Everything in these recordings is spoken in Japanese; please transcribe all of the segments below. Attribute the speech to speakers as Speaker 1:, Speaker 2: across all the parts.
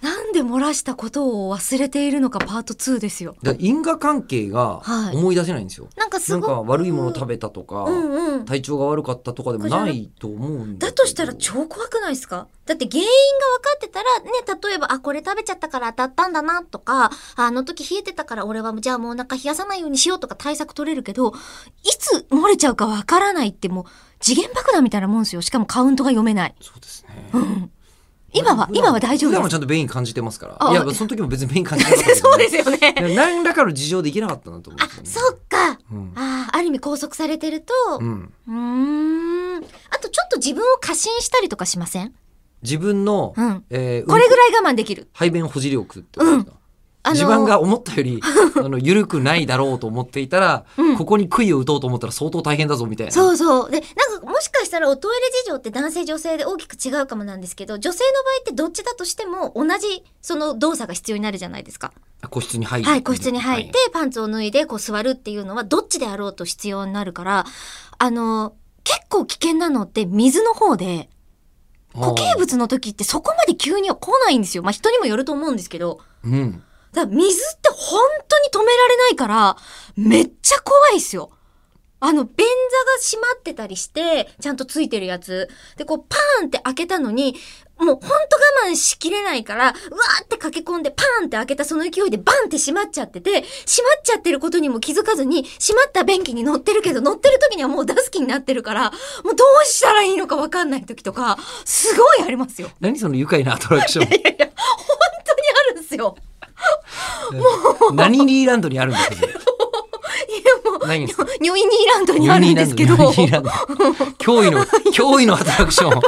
Speaker 1: なんで漏らしたことを忘れているのかパート2ですよ。
Speaker 2: だから因果関係が
Speaker 1: はい
Speaker 2: 思い出せないんですよ、
Speaker 1: なんかす
Speaker 2: なん
Speaker 1: ごく
Speaker 2: か悪いもの食べたとか、
Speaker 1: うんうん。
Speaker 2: 体調が悪かったとかでもないと思うん
Speaker 1: だ
Speaker 2: けど
Speaker 1: としたら超怖くないですかだって原因が分かってたらね、例えば、あ、これ食べちゃったから当たったんだなとか、ああの時冷えてたから俺はじゃあもうお腹冷やさないようにしようとか対策取れるけど、いつ漏れちゃうか分からないってもう次元爆弾みたいなもんですよ。しかもカウントが読めない。
Speaker 2: そうですね
Speaker 1: 今は、
Speaker 2: 普段
Speaker 1: 今は大丈夫
Speaker 2: 普
Speaker 1: で
Speaker 2: 段は
Speaker 1: す
Speaker 2: ちゃんと便意感じてますから
Speaker 1: あ。
Speaker 2: いやその時も別に便意感じてなかった
Speaker 1: そうですよね。
Speaker 2: す何らかの事情でいけなかったなと思うん
Speaker 1: あ
Speaker 2: で、すよ
Speaker 1: そっか。
Speaker 2: ね
Speaker 1: ああ、ある意味拘束されてると、
Speaker 2: うん、う
Speaker 1: うー
Speaker 2: ん、
Speaker 1: ん。あとちょっと自分を過信したりとかしません
Speaker 2: 自分の、
Speaker 1: うん
Speaker 2: えー
Speaker 1: これぐらい我慢できる。
Speaker 2: 排便をほじりを食ってことですか、
Speaker 1: あの
Speaker 2: 自分が思ったよりあの緩くないだろうと思っていたら、
Speaker 1: うん
Speaker 2: ここに杭を打とうと思ったら相当大変だぞみたいな
Speaker 1: そうそう。で、なんかもしかしたらおトイレ事情って男性女性で大きく違うかもなんですけど、女性の場合ってどっちだとしても同じその動作が必要になるじゃないですか。
Speaker 2: 個室に入る
Speaker 1: はい、個室に入って
Speaker 2: は
Speaker 1: パンツを脱いでこう座るっていうのはどっちであろうと必要になるから、あの、結構危険なのって水の方で、
Speaker 2: い
Speaker 1: 固形物の時ってそこまで急には来ないんですよ。まあ人にもよると思うんですけど。
Speaker 2: うん
Speaker 1: だから水って本当に止められないから、めっちゃ怖いっすよ。あの、便座が閉まってたりして、ちゃんとついてるやつ。で、こう、パーンって開けたのに、もうほんと我慢しきれないから、うわーって駆け込んで、パーンって開けたその勢いでバンって閉まっちゃってて、閉まっちゃってることにも気づかずに、閉まった便器に乗ってるけど、乗ってる時にはもう出す気になってるから、もうどうしたらいいのかわかんない時とか、すごいありますよ。
Speaker 2: 何その愉快なアトラクション
Speaker 1: いやいや、本当にあるんですよ。
Speaker 2: 何リーランドにあるんですかそれないんですか
Speaker 1: ニョイニーランドにあるんですけど、
Speaker 2: ニューイランドニューイランド驚 異の驚異のアトラクション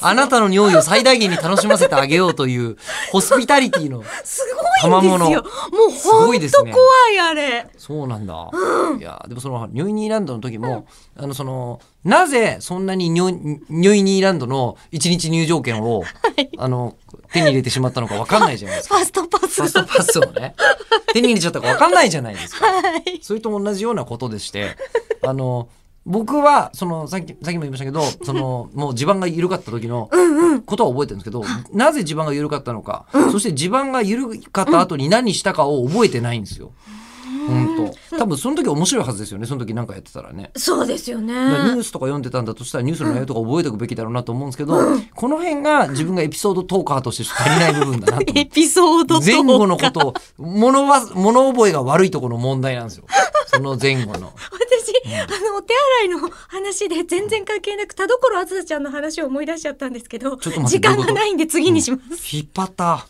Speaker 2: あなたの尿意を最大限に楽しませてあげようというホスピタリティの
Speaker 1: すごいんですよ。
Speaker 2: 賜
Speaker 1: も
Speaker 2: 物
Speaker 1: う
Speaker 2: すご
Speaker 1: ほ
Speaker 2: い
Speaker 1: ん
Speaker 2: で
Speaker 1: と
Speaker 2: す
Speaker 1: 怖
Speaker 2: ね
Speaker 1: い、あれ。
Speaker 2: そうなんだ、いやでもそのニューイニーランドの時も、あのそのなぜそんなにニュニューイニーランドの一日入場券を、あの手に入れてしまったのかわかんないじゃないです
Speaker 1: フ
Speaker 2: か
Speaker 1: ァーストパス。
Speaker 2: ファストパスをね手に入れちゃったかわかんないじゃないですか、
Speaker 1: はい。
Speaker 2: それと同じようなことでして、 あの、僕は、その、さっき、さっきも言いましたけど、その、もう地盤が緩かった時の
Speaker 1: うんうん。
Speaker 2: ことは覚えてるんですけど、なぜ地盤が緩かったのか、そして地盤が緩かった後に何したかを覚えてないんですよ。本当。多分その時面白いはずですよね、その時なんかやってたらね。
Speaker 1: そうですよね。
Speaker 2: だからニュースとか読んでたんだとしたらニュースの内容とか覚えておくべきだろうなと思うんですけど、この辺が自分がエピソードトーカーとして足りない部分だなと思って
Speaker 1: エピソードと
Speaker 2: 前後のことを物は物覚えが悪いところの問題なんですよその前後 の
Speaker 1: 私、あの、お手洗いの話で全然関係なく、田所あずさちゃんの話を思い出しちゃったんですけど、
Speaker 2: ちょっと待って
Speaker 1: 時間がないんで次にします。
Speaker 2: 引っ張った